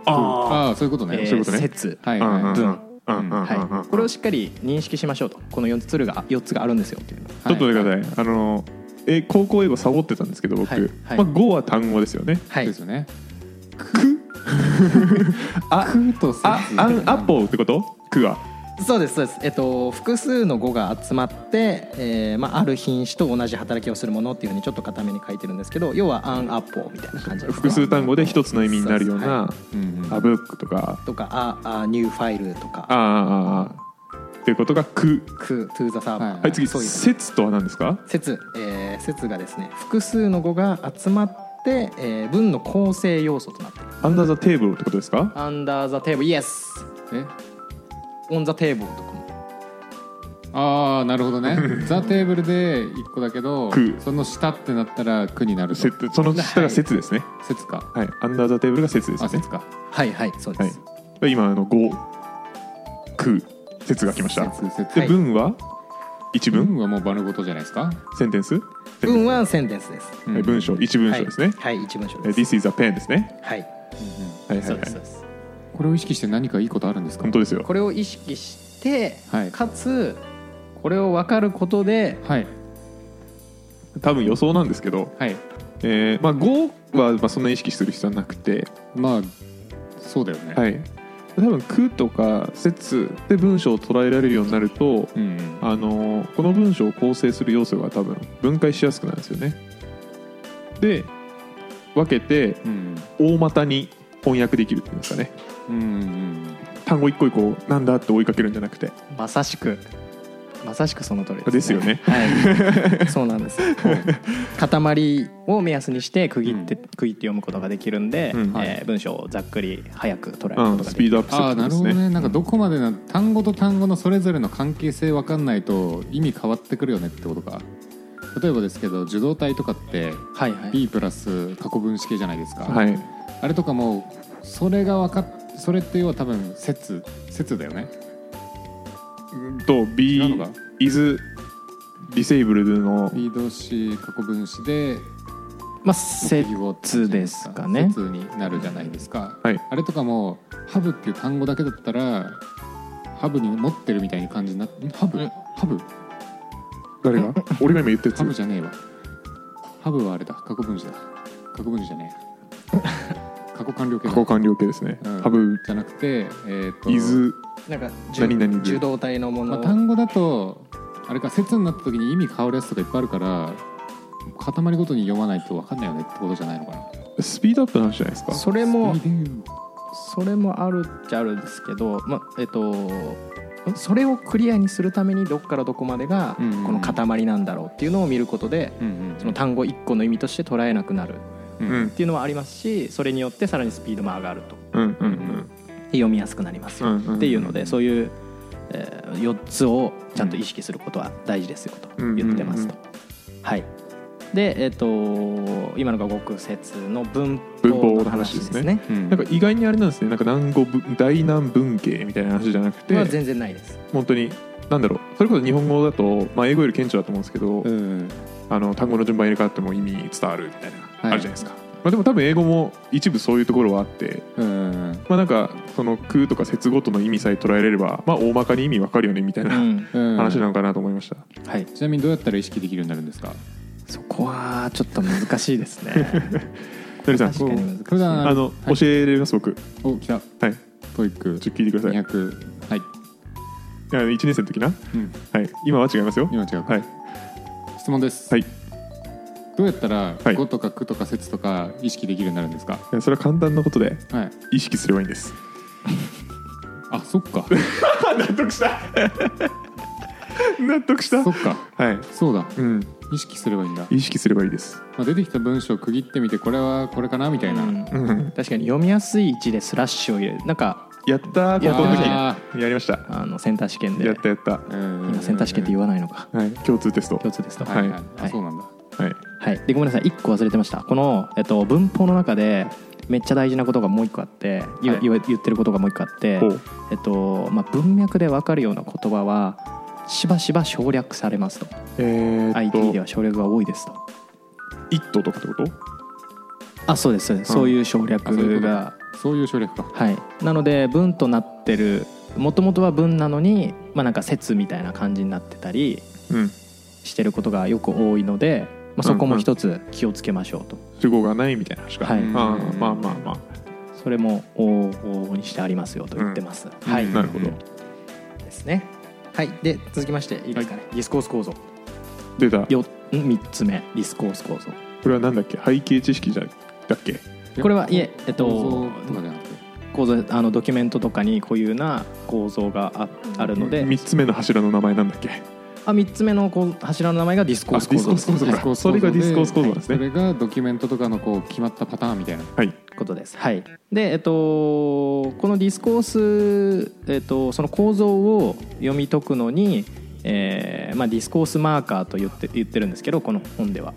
Speaker 3: ああそういうこと
Speaker 1: え
Speaker 3: ね、
Speaker 1: ー
Speaker 2: そういうことね
Speaker 1: 説、
Speaker 3: はい
Speaker 2: うん
Speaker 3: はい、
Speaker 2: うんうん
Speaker 1: 文
Speaker 2: うんうんうんうん
Speaker 1: はい、これをしっかり認識しましょうとこの4つが4つがあるんですよっていうの
Speaker 2: ちょっと待ってく
Speaker 3: はい
Speaker 2: ださい、あのえ高校英語サボってたんですけど僕、
Speaker 1: はいはい
Speaker 2: まあ、語は単語ですよね
Speaker 1: は
Speaker 3: そう
Speaker 1: い
Speaker 3: ですよね
Speaker 2: あ
Speaker 3: 空と
Speaker 2: あアンア
Speaker 3: ル
Speaker 2: ポってこと句は
Speaker 1: そうですそうです、えっと、複数の語が集まって、えーまあ、ある品種と同じ働きをするものっていうふうにちょっと固めに書いてるんですけど要はアンアッポみたいな感じです
Speaker 2: 複数単語で一つの意味になるような
Speaker 3: うんう
Speaker 2: 「
Speaker 3: ん
Speaker 2: アブック」とか
Speaker 1: とかああニューファイルと
Speaker 2: 「
Speaker 1: か
Speaker 2: あああああ」っていうことが「句
Speaker 1: クトゥーザサーバー、
Speaker 3: は」い
Speaker 2: はい次「
Speaker 1: そうです
Speaker 2: 説」とは何ですか
Speaker 1: 説、えー説がですね複数の語が集まって、えー文の構成要素となっている
Speaker 2: 「アンダーザテーブル」ってことですか
Speaker 1: アンダーザテーブルイエス
Speaker 3: え
Speaker 1: オンザテーブルとかも
Speaker 3: ああなるほどねザ・テーブルで一個だけど
Speaker 2: 空
Speaker 3: その下ってなったら句になると
Speaker 2: 説その下が説ですね
Speaker 3: 説か
Speaker 2: はい「アンダーザテーブル」が説です
Speaker 3: あ
Speaker 2: よね
Speaker 3: 説か
Speaker 1: はいはいそうです、
Speaker 2: はい今あの「語」「句」「説」が来ました
Speaker 3: 説説
Speaker 2: で
Speaker 1: い
Speaker 2: 文は一文
Speaker 3: 文はもう丸ごとじゃないですか
Speaker 2: センテンス
Speaker 1: 文はセンテンスです
Speaker 3: うん
Speaker 2: はい文章一文章ですね
Speaker 1: はい、はい、一文章
Speaker 2: え
Speaker 1: で
Speaker 2: 「
Speaker 1: す
Speaker 2: This is a pen」ですね
Speaker 1: はい、
Speaker 3: うんうん
Speaker 2: はいはい
Speaker 1: そう
Speaker 2: は
Speaker 1: です
Speaker 2: い
Speaker 1: そうです
Speaker 3: これを意識して何かいいことあるんですか
Speaker 2: 本当ですよ
Speaker 1: これを意識して、
Speaker 3: はい
Speaker 1: かつこれを分かることで
Speaker 3: はい
Speaker 2: 多分予想なんですけど
Speaker 3: はい
Speaker 2: えーまあ、5はまあそんな意識する必要はなくて、
Speaker 3: まあそうだよね、
Speaker 2: はい、多分「く」とか「説」で文章を捉えられるようになると、
Speaker 3: うん
Speaker 2: あのーこの文章を構成する要素が多分分解しやすくなるんですよね。で分けて
Speaker 3: うん
Speaker 2: 大股に翻訳できるっていうんですかね
Speaker 3: うんうん
Speaker 2: 単語一個一個なんだって追いかけるんじゃなくて
Speaker 1: まさしくまさしくその通り
Speaker 2: ですよね
Speaker 1: はい、そうなん です。塊を目安にして区切って、区切って読むことができるんで、
Speaker 2: うん
Speaker 1: えー
Speaker 3: はい
Speaker 1: 文章をざっくり早く捉える
Speaker 2: う
Speaker 1: こ
Speaker 2: ん
Speaker 1: とが
Speaker 2: ス
Speaker 1: で
Speaker 2: ピ
Speaker 1: きる。
Speaker 2: ードアップする
Speaker 3: あ
Speaker 2: こ
Speaker 3: あ
Speaker 2: と
Speaker 3: な
Speaker 2: で
Speaker 3: る
Speaker 2: す
Speaker 3: ほど
Speaker 2: ね
Speaker 3: ねなんかどこまでな単語と単語のそれぞれの関係性分かんないと意味変わってくるよねってことか例えばですけど受動体とかって
Speaker 1: はいはい。
Speaker 3: B プラス過去分子系じゃないですか、
Speaker 2: はい
Speaker 3: あれとかもそれが分かっそれって要は多分説説だよね
Speaker 2: うんと B
Speaker 3: 違うのか
Speaker 2: is disabled の
Speaker 3: B 動詞過去分子で
Speaker 1: まあ
Speaker 3: 接
Speaker 1: 接ですかね。
Speaker 3: 説になるじゃないですか、
Speaker 2: はい
Speaker 3: あれとかも「ハブ」っていう単語だけだったら「ハブ」に持ってるみたいな感じになって「んハブ」
Speaker 1: うん
Speaker 3: ハブ」
Speaker 2: 誰が俺が今言ったや
Speaker 3: ハブ
Speaker 2: つ
Speaker 3: じゃねえわ。ハブはあれだ。過去分子だ。過去分子じゃねえ。過去完了形
Speaker 2: 過
Speaker 3: だ
Speaker 2: 去完了形ですね、
Speaker 3: うん
Speaker 2: ハブ
Speaker 3: じゃなくて、えー、と
Speaker 2: is
Speaker 1: なんか
Speaker 2: 何々
Speaker 1: 受動体のも
Speaker 3: まあ、
Speaker 1: のを。
Speaker 3: 単語だとあれか説になった時に意味変わるやつとかいっぱいあるから塊ごとに読まないと分かんないよねってことじゃないのかな。
Speaker 2: スピードアップの話じゃないですか
Speaker 1: それも
Speaker 3: スピード
Speaker 1: それもあるっちゃあるんですけど、まあえっと。んそれをクリアにするためにどっからどこまでが
Speaker 3: うんうん
Speaker 1: この塊なんだろうっていうのを見ることで
Speaker 3: うんうんうん
Speaker 1: その単語1個の意味として捉えなくなるっ
Speaker 3: う
Speaker 2: うんん
Speaker 1: ていうのはありますしそれによってさらにスピードも上がると
Speaker 2: うんう
Speaker 1: で
Speaker 2: ん
Speaker 1: 読みやすくなります
Speaker 2: う
Speaker 1: よ
Speaker 2: んうん
Speaker 1: っていうのでそういう、えー、4つをちゃんと意識することは大事ですよと言ってますと。はい、で、えっと今のが極説の文
Speaker 2: 文法
Speaker 1: 法の
Speaker 2: の
Speaker 1: 話
Speaker 2: 話で
Speaker 1: ですす
Speaker 2: ね
Speaker 1: ね。
Speaker 3: うん
Speaker 2: なんか意外にあれなんですねなんか南語文大南文系みたいな話じゃなくて
Speaker 1: は全然ないです。
Speaker 2: 本当になんだろうそれこそ日本語だと、まあ、英語より顕著だと思うんですけど、
Speaker 3: うん
Speaker 2: あの単語の順番入れ替わっても意味伝わるみたいな、
Speaker 3: い
Speaker 2: あるじゃないですか、まあ、でも多分英語も一部そういうところはあって、
Speaker 3: うん
Speaker 2: まあ、なんかその「空」とか「節ごとの意味さえ捉えれれば、まあ、大まかに意味わかるよねみたいな
Speaker 3: うん
Speaker 2: 話なのかなと思いました、
Speaker 1: はい、
Speaker 3: ちなみにどうやったら意識できるようになるんですか
Speaker 1: そこはちょっと難しいですね。
Speaker 2: のりさん
Speaker 1: 確かに難しい。
Speaker 3: 普段
Speaker 2: あの、
Speaker 3: はい
Speaker 2: 教えれます僕
Speaker 3: お来た
Speaker 2: はい
Speaker 3: トイック
Speaker 2: ちょっと聞いてください
Speaker 3: 200はい、
Speaker 2: 1年生の時な、
Speaker 3: うん、
Speaker 2: はい、今は違いますよ
Speaker 3: 今違うか、
Speaker 2: はい
Speaker 3: 質問です、
Speaker 2: はいい
Speaker 3: どうやったら
Speaker 2: はい
Speaker 3: 語とか句とか説とか意識できるようになるんですか
Speaker 2: やそれは簡単なことで
Speaker 3: はい
Speaker 2: 意識すればいいんです
Speaker 3: あそっ か
Speaker 2: 納得した納得した
Speaker 3: そっか
Speaker 2: はい、
Speaker 3: そうだ
Speaker 2: うん、
Speaker 3: 意識すればいいんだ、ま
Speaker 2: 意識すればいいです、
Speaker 3: あ、出てきた文章を区切ってみてこれはこれかなみたいな、
Speaker 1: うん
Speaker 2: うん、
Speaker 1: 確かに読みやすい位置でスラッシュを入れるなんか
Speaker 2: やったー
Speaker 3: いや
Speaker 2: 高校の時
Speaker 3: ー
Speaker 2: やりました
Speaker 1: あのセンター試験で
Speaker 2: やったやった
Speaker 3: うん
Speaker 1: 今センター試験って言わないのか
Speaker 2: はい、共通テスト。
Speaker 1: 共通ですと。
Speaker 3: はいはい、
Speaker 2: はい
Speaker 1: は
Speaker 3: あ
Speaker 1: い
Speaker 3: そうなんだ
Speaker 2: はい。
Speaker 1: はい、でごめんなさい1個忘れてましたこの、えっと、文法の中でめっちゃ大事なことがもう1個あって、言わ
Speaker 3: はい
Speaker 1: 言わ言ってることがもう1個あって
Speaker 2: ほ、う。
Speaker 1: えっとまあ、文脈で分かるような言葉はしばしば省略されますと
Speaker 2: えー、っ
Speaker 1: IT で
Speaker 2: と
Speaker 1: は、省略が多いですと
Speaker 2: イットとかってこと？
Speaker 1: あそうですそうです、
Speaker 2: う
Speaker 1: そ
Speaker 2: ん
Speaker 1: ういう省
Speaker 3: あそういう
Speaker 1: 略
Speaker 3: こと
Speaker 1: が
Speaker 3: そういう省略か
Speaker 1: はいなので文となってるもともとは文なのに、まあ、なんか説みたいな感じになってたり
Speaker 2: うん。
Speaker 1: してることがよく多いので、まあ、そこも一つ気をつけましょうと、
Speaker 2: 主語がないみたいな話か。
Speaker 1: はい
Speaker 2: あーまあまあまあ。
Speaker 1: それも往々にしてありますよと言ってます、はい、
Speaker 2: なるほど。
Speaker 1: ですねはいで続きましていいですかね、ディスコース構造
Speaker 2: 出た。こ
Speaker 1: よん3つ目ディスコース構造
Speaker 2: れはなんだっけ？背景知識じゃだっけ？
Speaker 1: これはいええっと
Speaker 3: 構造とかじゃなくて
Speaker 1: 構造あのドキュメントとかに固有な構造がああるので、
Speaker 2: 三つ目の柱の名前なんだっけ？
Speaker 1: あ3つ目のこう柱の名前がディスコース構造
Speaker 2: あディスコース構
Speaker 1: は
Speaker 2: 造
Speaker 1: い
Speaker 2: かそれがディスコース構造なんですね
Speaker 3: それがドキュメントとかのこう決まったパターンみたいな
Speaker 2: はい。
Speaker 1: ことですはいでえっとこのディスコース、えっと、その構造を読み解くのに、えーまあ、ディスコースマーカーと言って言ってるんですけどこの本では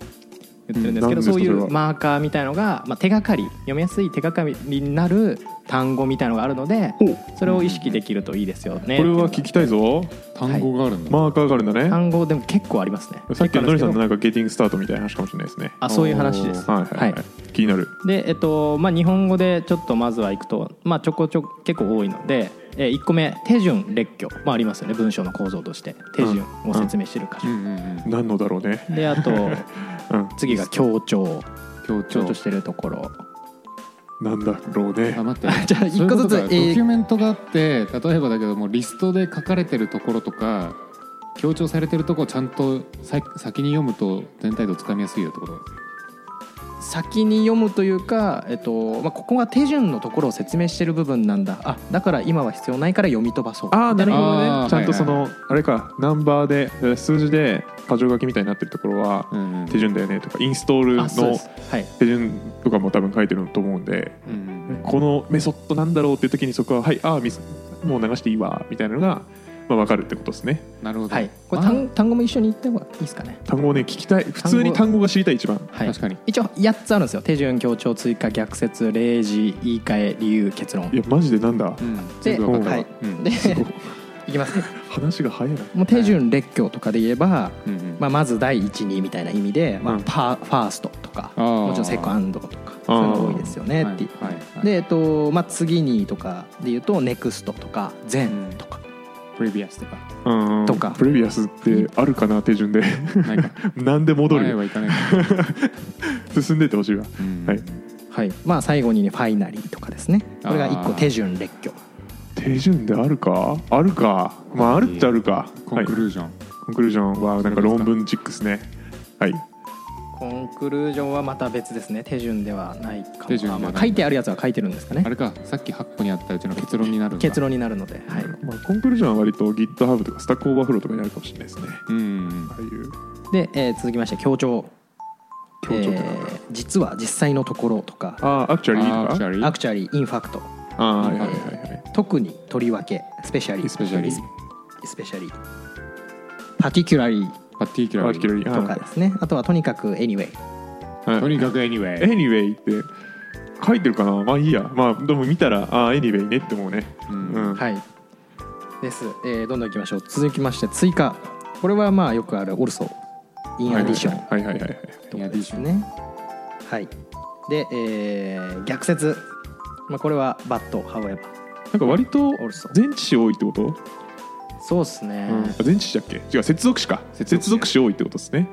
Speaker 1: 言ってるんですけど、
Speaker 2: うん
Speaker 1: そうい
Speaker 2: なんですか
Speaker 1: う
Speaker 2: それは
Speaker 1: マーカーみたいのが、まあ、手がかり読みやすい手がかりになる単語みたいのがあるので
Speaker 2: お、こ
Speaker 1: それを意識できるといいですよね
Speaker 2: れは聞きたいぞ。
Speaker 3: 単語があるんだ、
Speaker 2: マーカーがあるんだね。
Speaker 1: 単語でも結構ありますね
Speaker 2: さっきののりさん
Speaker 1: 結構あるんですけ
Speaker 2: の
Speaker 1: ど
Speaker 2: なんかゲーティングスタートみたいな話かもしれないですね。
Speaker 1: あそういう話です
Speaker 2: はいはいはい。気になる。
Speaker 1: で、えっとまあ、日本語でちょっとまずはいくと、まあ、ちょこちょこ結構多いので、え1個目手順列挙、まあ、ありますよね文章の構造として手順を説明してる箇
Speaker 3: う
Speaker 1: 所、
Speaker 3: んうんうん
Speaker 2: 何のだろうね。
Speaker 1: であと
Speaker 2: うん。
Speaker 1: 次が強調
Speaker 3: 強調
Speaker 1: 強調してるところ
Speaker 2: なんだろうね
Speaker 3: あ待って
Speaker 1: じゃあ一個ずつ
Speaker 3: そういうことかドキ
Speaker 1: えー
Speaker 3: ュメントがあって例えばだけどもリストで書かれてるところとか強調されてるとこをちゃんとさ先に読むと全体像つかみやすいよってこと
Speaker 1: 先に読むというか、えっとまあ、ここは手順のところを説明してる部分なんだあだから今は必要ないから読み飛ばそう
Speaker 2: ああなるほど
Speaker 3: あ
Speaker 2: ね
Speaker 3: ー
Speaker 2: ちゃんとその、あれかナンバーでえー数字で箇条書きみたいになってるところは
Speaker 3: うんうん
Speaker 2: 手順だよねとかインストール
Speaker 1: あそうで
Speaker 2: の
Speaker 1: すはい
Speaker 2: 手順とかも多分書いてると思うんで
Speaker 3: うんうん
Speaker 2: このメソッドなんだろうっていう時にそこははいああミスもう流していいわみたいなのが、まあ、分かるってことですね
Speaker 3: なるほど、
Speaker 1: はい、これ
Speaker 3: まあ
Speaker 1: 単単語も一緒に言った方がいいですかね、
Speaker 2: 単語をね聞きたい普通に単語が知りたい一番
Speaker 1: はい、
Speaker 3: 確かに
Speaker 1: 一応8つあるんですよ手順強調追加逆説例示言い換え理由結論
Speaker 2: いやマジでなんだ
Speaker 3: うん、
Speaker 1: で
Speaker 3: 全部わかったわ、
Speaker 1: はい
Speaker 3: うん
Speaker 1: で
Speaker 2: すごい
Speaker 1: いき ますね
Speaker 2: 話が早いな
Speaker 1: もう手順列挙とかで言えば、
Speaker 3: うんうん
Speaker 1: まあ、まず第一にみたいな意味で、まあ
Speaker 2: うん
Speaker 1: パーファーストとか
Speaker 3: あー
Speaker 1: もちろんセカンドとかそういうの多いですよねっていう、
Speaker 3: はいはいはい
Speaker 1: で、えっとまあ、次にとかで言うとネクストとかゼンとか、
Speaker 3: プレビアスとか
Speaker 2: うん
Speaker 1: とか
Speaker 2: プレビアスってあるかな手順で
Speaker 3: ないか
Speaker 2: なんで戻
Speaker 3: 前
Speaker 2: る
Speaker 3: はいかないか、
Speaker 2: 進んでってほしいわ
Speaker 3: うん
Speaker 2: はい
Speaker 1: はいまあ、最後にねファイナリーとかですねこれが一個
Speaker 3: あー
Speaker 1: 手順列挙
Speaker 2: 手順であるかあるかまああるっちゃあるか
Speaker 3: コンク
Speaker 2: はい、
Speaker 3: ルージョン、
Speaker 2: コンクルージョンはなんか論文チックスねはい
Speaker 1: コンクルージョンはまた別ですね手順ではないか
Speaker 3: 手順で
Speaker 1: も
Speaker 3: は
Speaker 1: あ
Speaker 3: ない
Speaker 1: まあ書いてあるやつは書いてるんですかね
Speaker 3: あれかさっき8個にあったうちの結論になるんだ
Speaker 1: 結論になるので、はい、
Speaker 2: まあ、コンクルージョンは割と GitHub とかスタックオーバーフローとかにあるかもしれないですね
Speaker 3: うんうん
Speaker 2: ああいう
Speaker 1: で、えー続きまして強調
Speaker 2: 強調ってなんだ
Speaker 1: えー実は実際のところとか
Speaker 2: ああアクチュアリー
Speaker 3: あ
Speaker 2: とか
Speaker 3: ー
Speaker 1: アクチュアリーインファクト
Speaker 2: ああはいはいはいはい
Speaker 1: 特にとりわけスペシャリー
Speaker 2: スペシャリー
Speaker 1: スペシャリーパティキュラリー
Speaker 3: パティキュ
Speaker 2: ア
Speaker 3: ラ
Speaker 2: ク
Speaker 3: リ
Speaker 2: チュ
Speaker 3: ー
Speaker 2: アリー
Speaker 1: とかですねあとはとにかく anyway
Speaker 2: はい
Speaker 3: とにかく anyway、
Speaker 2: Anyway って書いてるかなまあいいやまあでも見たらああ Anyway ねって思うね
Speaker 3: うん
Speaker 2: うん
Speaker 1: はいです、えーどんどんいきましょう続きまして追加これはまあよくある also in
Speaker 2: はい
Speaker 1: addition
Speaker 2: はいはいはいはい
Speaker 1: とかですねはいで、えー逆説、まあ、これは but however
Speaker 2: なんか割と
Speaker 1: also
Speaker 2: 前置詞多いってこと、
Speaker 1: そうですね、
Speaker 2: あ前置詞だっけ違う接続詞か
Speaker 3: 接続詞
Speaker 2: 接続詞多いってことですね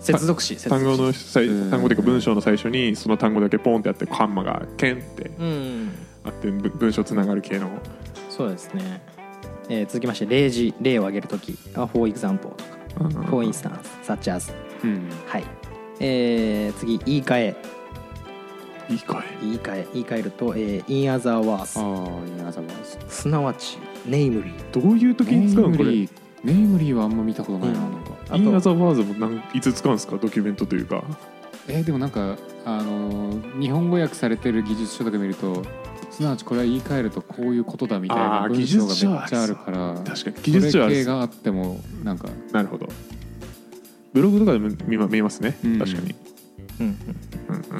Speaker 1: 接続詞接続
Speaker 2: 単
Speaker 1: 詞
Speaker 2: 語の最
Speaker 3: うん
Speaker 2: 単語というか文章の最初にその単語だけポンってあってカンマがケンって
Speaker 1: うん
Speaker 2: あってぶ文章つながる系の
Speaker 1: そうですね、えー続きまして例示例を挙げるとき「あ for example」とか
Speaker 2: うん
Speaker 1: 「for instance」「such as
Speaker 3: うん」
Speaker 1: はい、えー次言い換え
Speaker 2: いい声
Speaker 1: 言い換え言い換えると、えー、in other
Speaker 3: あ
Speaker 1: words
Speaker 3: あいいなざまです
Speaker 1: すなわち namely
Speaker 2: どういう時に使うのこれ
Speaker 3: ーネームリーはあんま見たことないな,、
Speaker 1: うん
Speaker 3: なんか
Speaker 1: あと
Speaker 2: In other words も何いつ使うんですかドキュメントというか
Speaker 3: えーでもなんかあのー日本語訳されてる技術書とか見るとすなわちこれは言い換えるとこういうことだみたい
Speaker 2: あ
Speaker 3: な
Speaker 2: ー
Speaker 3: 文章
Speaker 2: 技術書
Speaker 3: がめっちゃあるから
Speaker 2: 確かに技術者
Speaker 3: そ
Speaker 2: は
Speaker 3: れ系があってもなんか
Speaker 2: なるほどブログとかでも見ま見えますね
Speaker 3: うん
Speaker 2: 確かに、
Speaker 1: うん
Speaker 2: うんうん
Speaker 1: う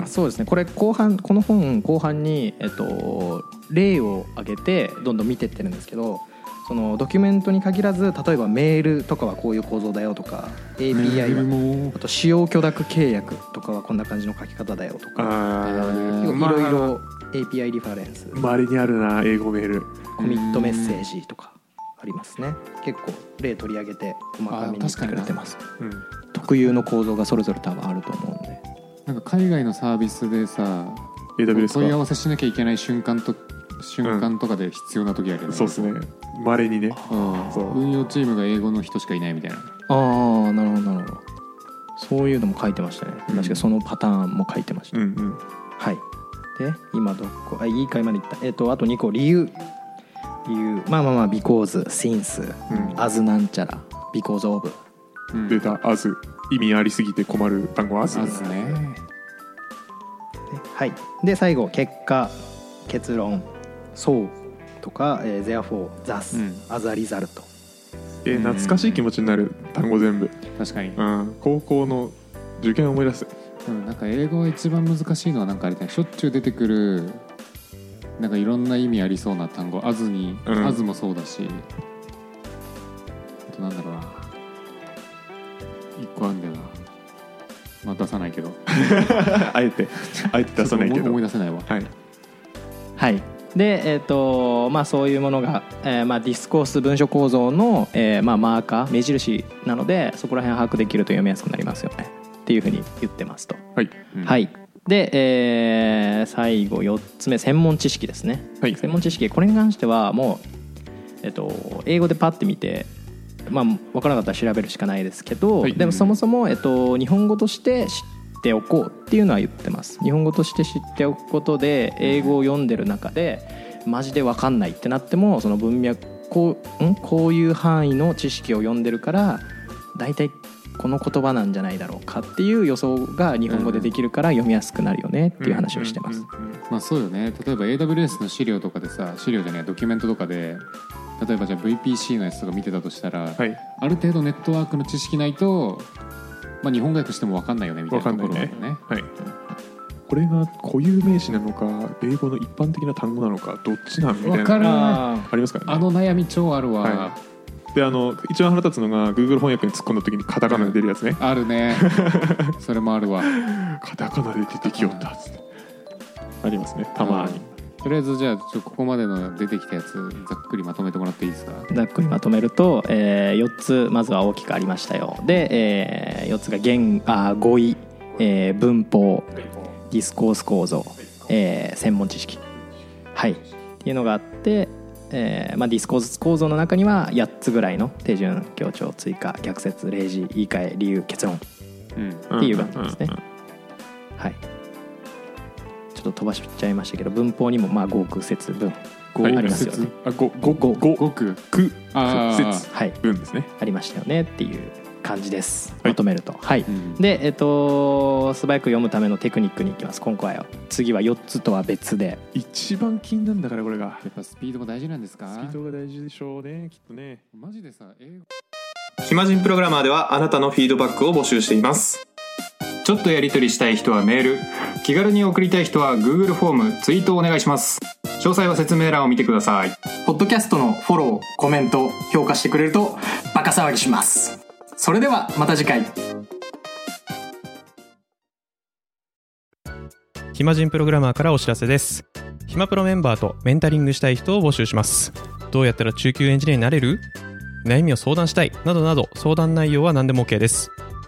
Speaker 1: んそうですねこれ後半この本後半に、えっと、例を挙げてどんどん見てってるんですけどそのドキュメントに限らず例えばメールとかはこういう構造だよとか API は
Speaker 3: も
Speaker 1: あと使用許諾契約とかはこんな感じの書き方だよとか
Speaker 2: あ
Speaker 1: 結構い
Speaker 2: ー
Speaker 1: ろい
Speaker 2: まあ
Speaker 1: ろ API リファレンス
Speaker 2: 周りにあるな英語メール
Speaker 1: コミットメッセージとかありますね結構例取り上げて細かめにしてくれてます
Speaker 2: うん
Speaker 1: 特有の構造がそれぞれ多分あると思うんで
Speaker 3: なんか海外のサービスでさ
Speaker 2: AWS
Speaker 3: 問い合
Speaker 2: か
Speaker 3: わせしなきゃいけない瞬間と瞬間とかで必要な時あるよね、
Speaker 2: そうですねまれにね
Speaker 3: うん
Speaker 2: そう
Speaker 3: 運用チームが英語の人しかいないみたいな
Speaker 1: ああなるほどなるほどそういうのも書いてましたね
Speaker 2: うん
Speaker 1: 確かにそのパターンも書いてました、
Speaker 2: うんうん
Speaker 1: はいで今どこあいい回までいったえっ、とあと2個理由理由まあまあまあ because since
Speaker 2: うん
Speaker 1: as なんちゃら because of
Speaker 3: うん
Speaker 2: 出た「as」意味ありすぎて困る単語「as
Speaker 3: ま」ずね
Speaker 1: ねはい、で最後結果結論そうとか、えー、therefore thus、
Speaker 3: うん
Speaker 1: as a result
Speaker 2: えー懐かしい気持ちになる単語全部、
Speaker 3: 確かに、
Speaker 2: うん、高校の受験を思い出す
Speaker 3: うん、なんか英語が一番難しいのはなんかあれだねしょっちゅう出てくるなんかいろんな意味ありそうな単語「あず」に「
Speaker 2: うん
Speaker 3: あず」もそうだしあとなんだろうな一個あんだよなまあ出さないけど
Speaker 2: あえてあえて出さないけ
Speaker 3: ちょっと思い
Speaker 2: ど
Speaker 3: 思い出せないわ
Speaker 2: はい
Speaker 1: はいでえっ、とまあそういうものが、えーまあ、ディスコース文書構造の、えーまあ、マーカー目印なのでそこら辺把握できると読みやすくなりますよねっていうふうに言ってますと、
Speaker 2: はい
Speaker 3: うん
Speaker 1: はいで、えー最後4つ目専門知識ですね、
Speaker 2: はい
Speaker 1: 専門知識これに関してはもう、えっと、英語でパッて見て、まあ、分からなかったら調べるしかないですけど、
Speaker 2: はい
Speaker 1: でもそもそも、えっと、日本語として知っておこうっていうのは言ってます日本語として知っておくことで英語を読んでる中でマジで分かんないってなってもその文脈こうんこういう範囲の知識を読んでるから大体この言葉なんじゃないだろうかっていう予想が日本語でできるから読みやすくなるよねっていう話をしてます。
Speaker 3: まあそうよね例えば AWS の資料とかでさ資料じゃないドキュメントとかで例えばじゃあ VPC のやつとか見てたとしたら、
Speaker 2: はい
Speaker 3: ある程度ネットワークの知識ないと、まあ、日本語訳しても分かんないよねみたいなところだよね
Speaker 2: はいこれが固有名詞なのか英語の一般的な単語なのかどっちなんみたい
Speaker 3: わか
Speaker 2: な
Speaker 3: る
Speaker 1: あ
Speaker 2: ありますからね
Speaker 3: あの悩み超あるわ、
Speaker 2: はであの一番腹立つのが Google 翻訳に突っ込んだ時にカタカナで出るやつね、
Speaker 3: ある ねそれもあるわ
Speaker 2: カタカナで出てきよったっつってありますねたまに、
Speaker 3: とりあえずじゃあちょここまでの出てきたやつざっくりまとめてもらっていいですか
Speaker 1: ーざっくりまとめると、え4つまずは大きくありましたよ。で、え4つが言あー語彙、えー文法ディスコース構造、えー専門知識、はい、っていうのがあって、えーまあ、ディスコース構造の中には8つぐらいの手順強調追加逆説例示言い換え理由結論
Speaker 3: うん
Speaker 1: っていう感じですねはい、ちょっと飛ばしちゃいましたけど文法にもまあ合空説文
Speaker 2: はい
Speaker 1: ありますよね、
Speaker 2: あごごごご
Speaker 3: ごく
Speaker 2: く
Speaker 3: あー
Speaker 2: 節
Speaker 1: はい、
Speaker 2: 分ですね
Speaker 1: ありましたよねっていう感じです
Speaker 2: はい
Speaker 1: まとめるとはい、
Speaker 3: うん
Speaker 1: でえっと素早く読むためのテクニックに行きます今回は次は4つとは別で
Speaker 2: 一番気になるんだからこれが
Speaker 3: やっぱスピードも大事なんですか
Speaker 2: スピードが大事でしょうねきっとね
Speaker 3: マジでさ英語
Speaker 4: 暇人プログラマーではあなたのフィードバックを募集していますちょっとやり取りしたい人はメール気軽に送りたい人は Google フォームツイートをお願いします詳細は説明欄を見てください
Speaker 5: ポッドキャストのフォロー、コメント、評価してくれるとバカ騒ぎします。それではまた次回。
Speaker 6: 暇人プログラマーからお知らせです暇プロメンバーとメンタリングしたい人を募集しますどうやったら中級エンジニアになれる悩みを相談したいなどなど相談内容は何でも OK です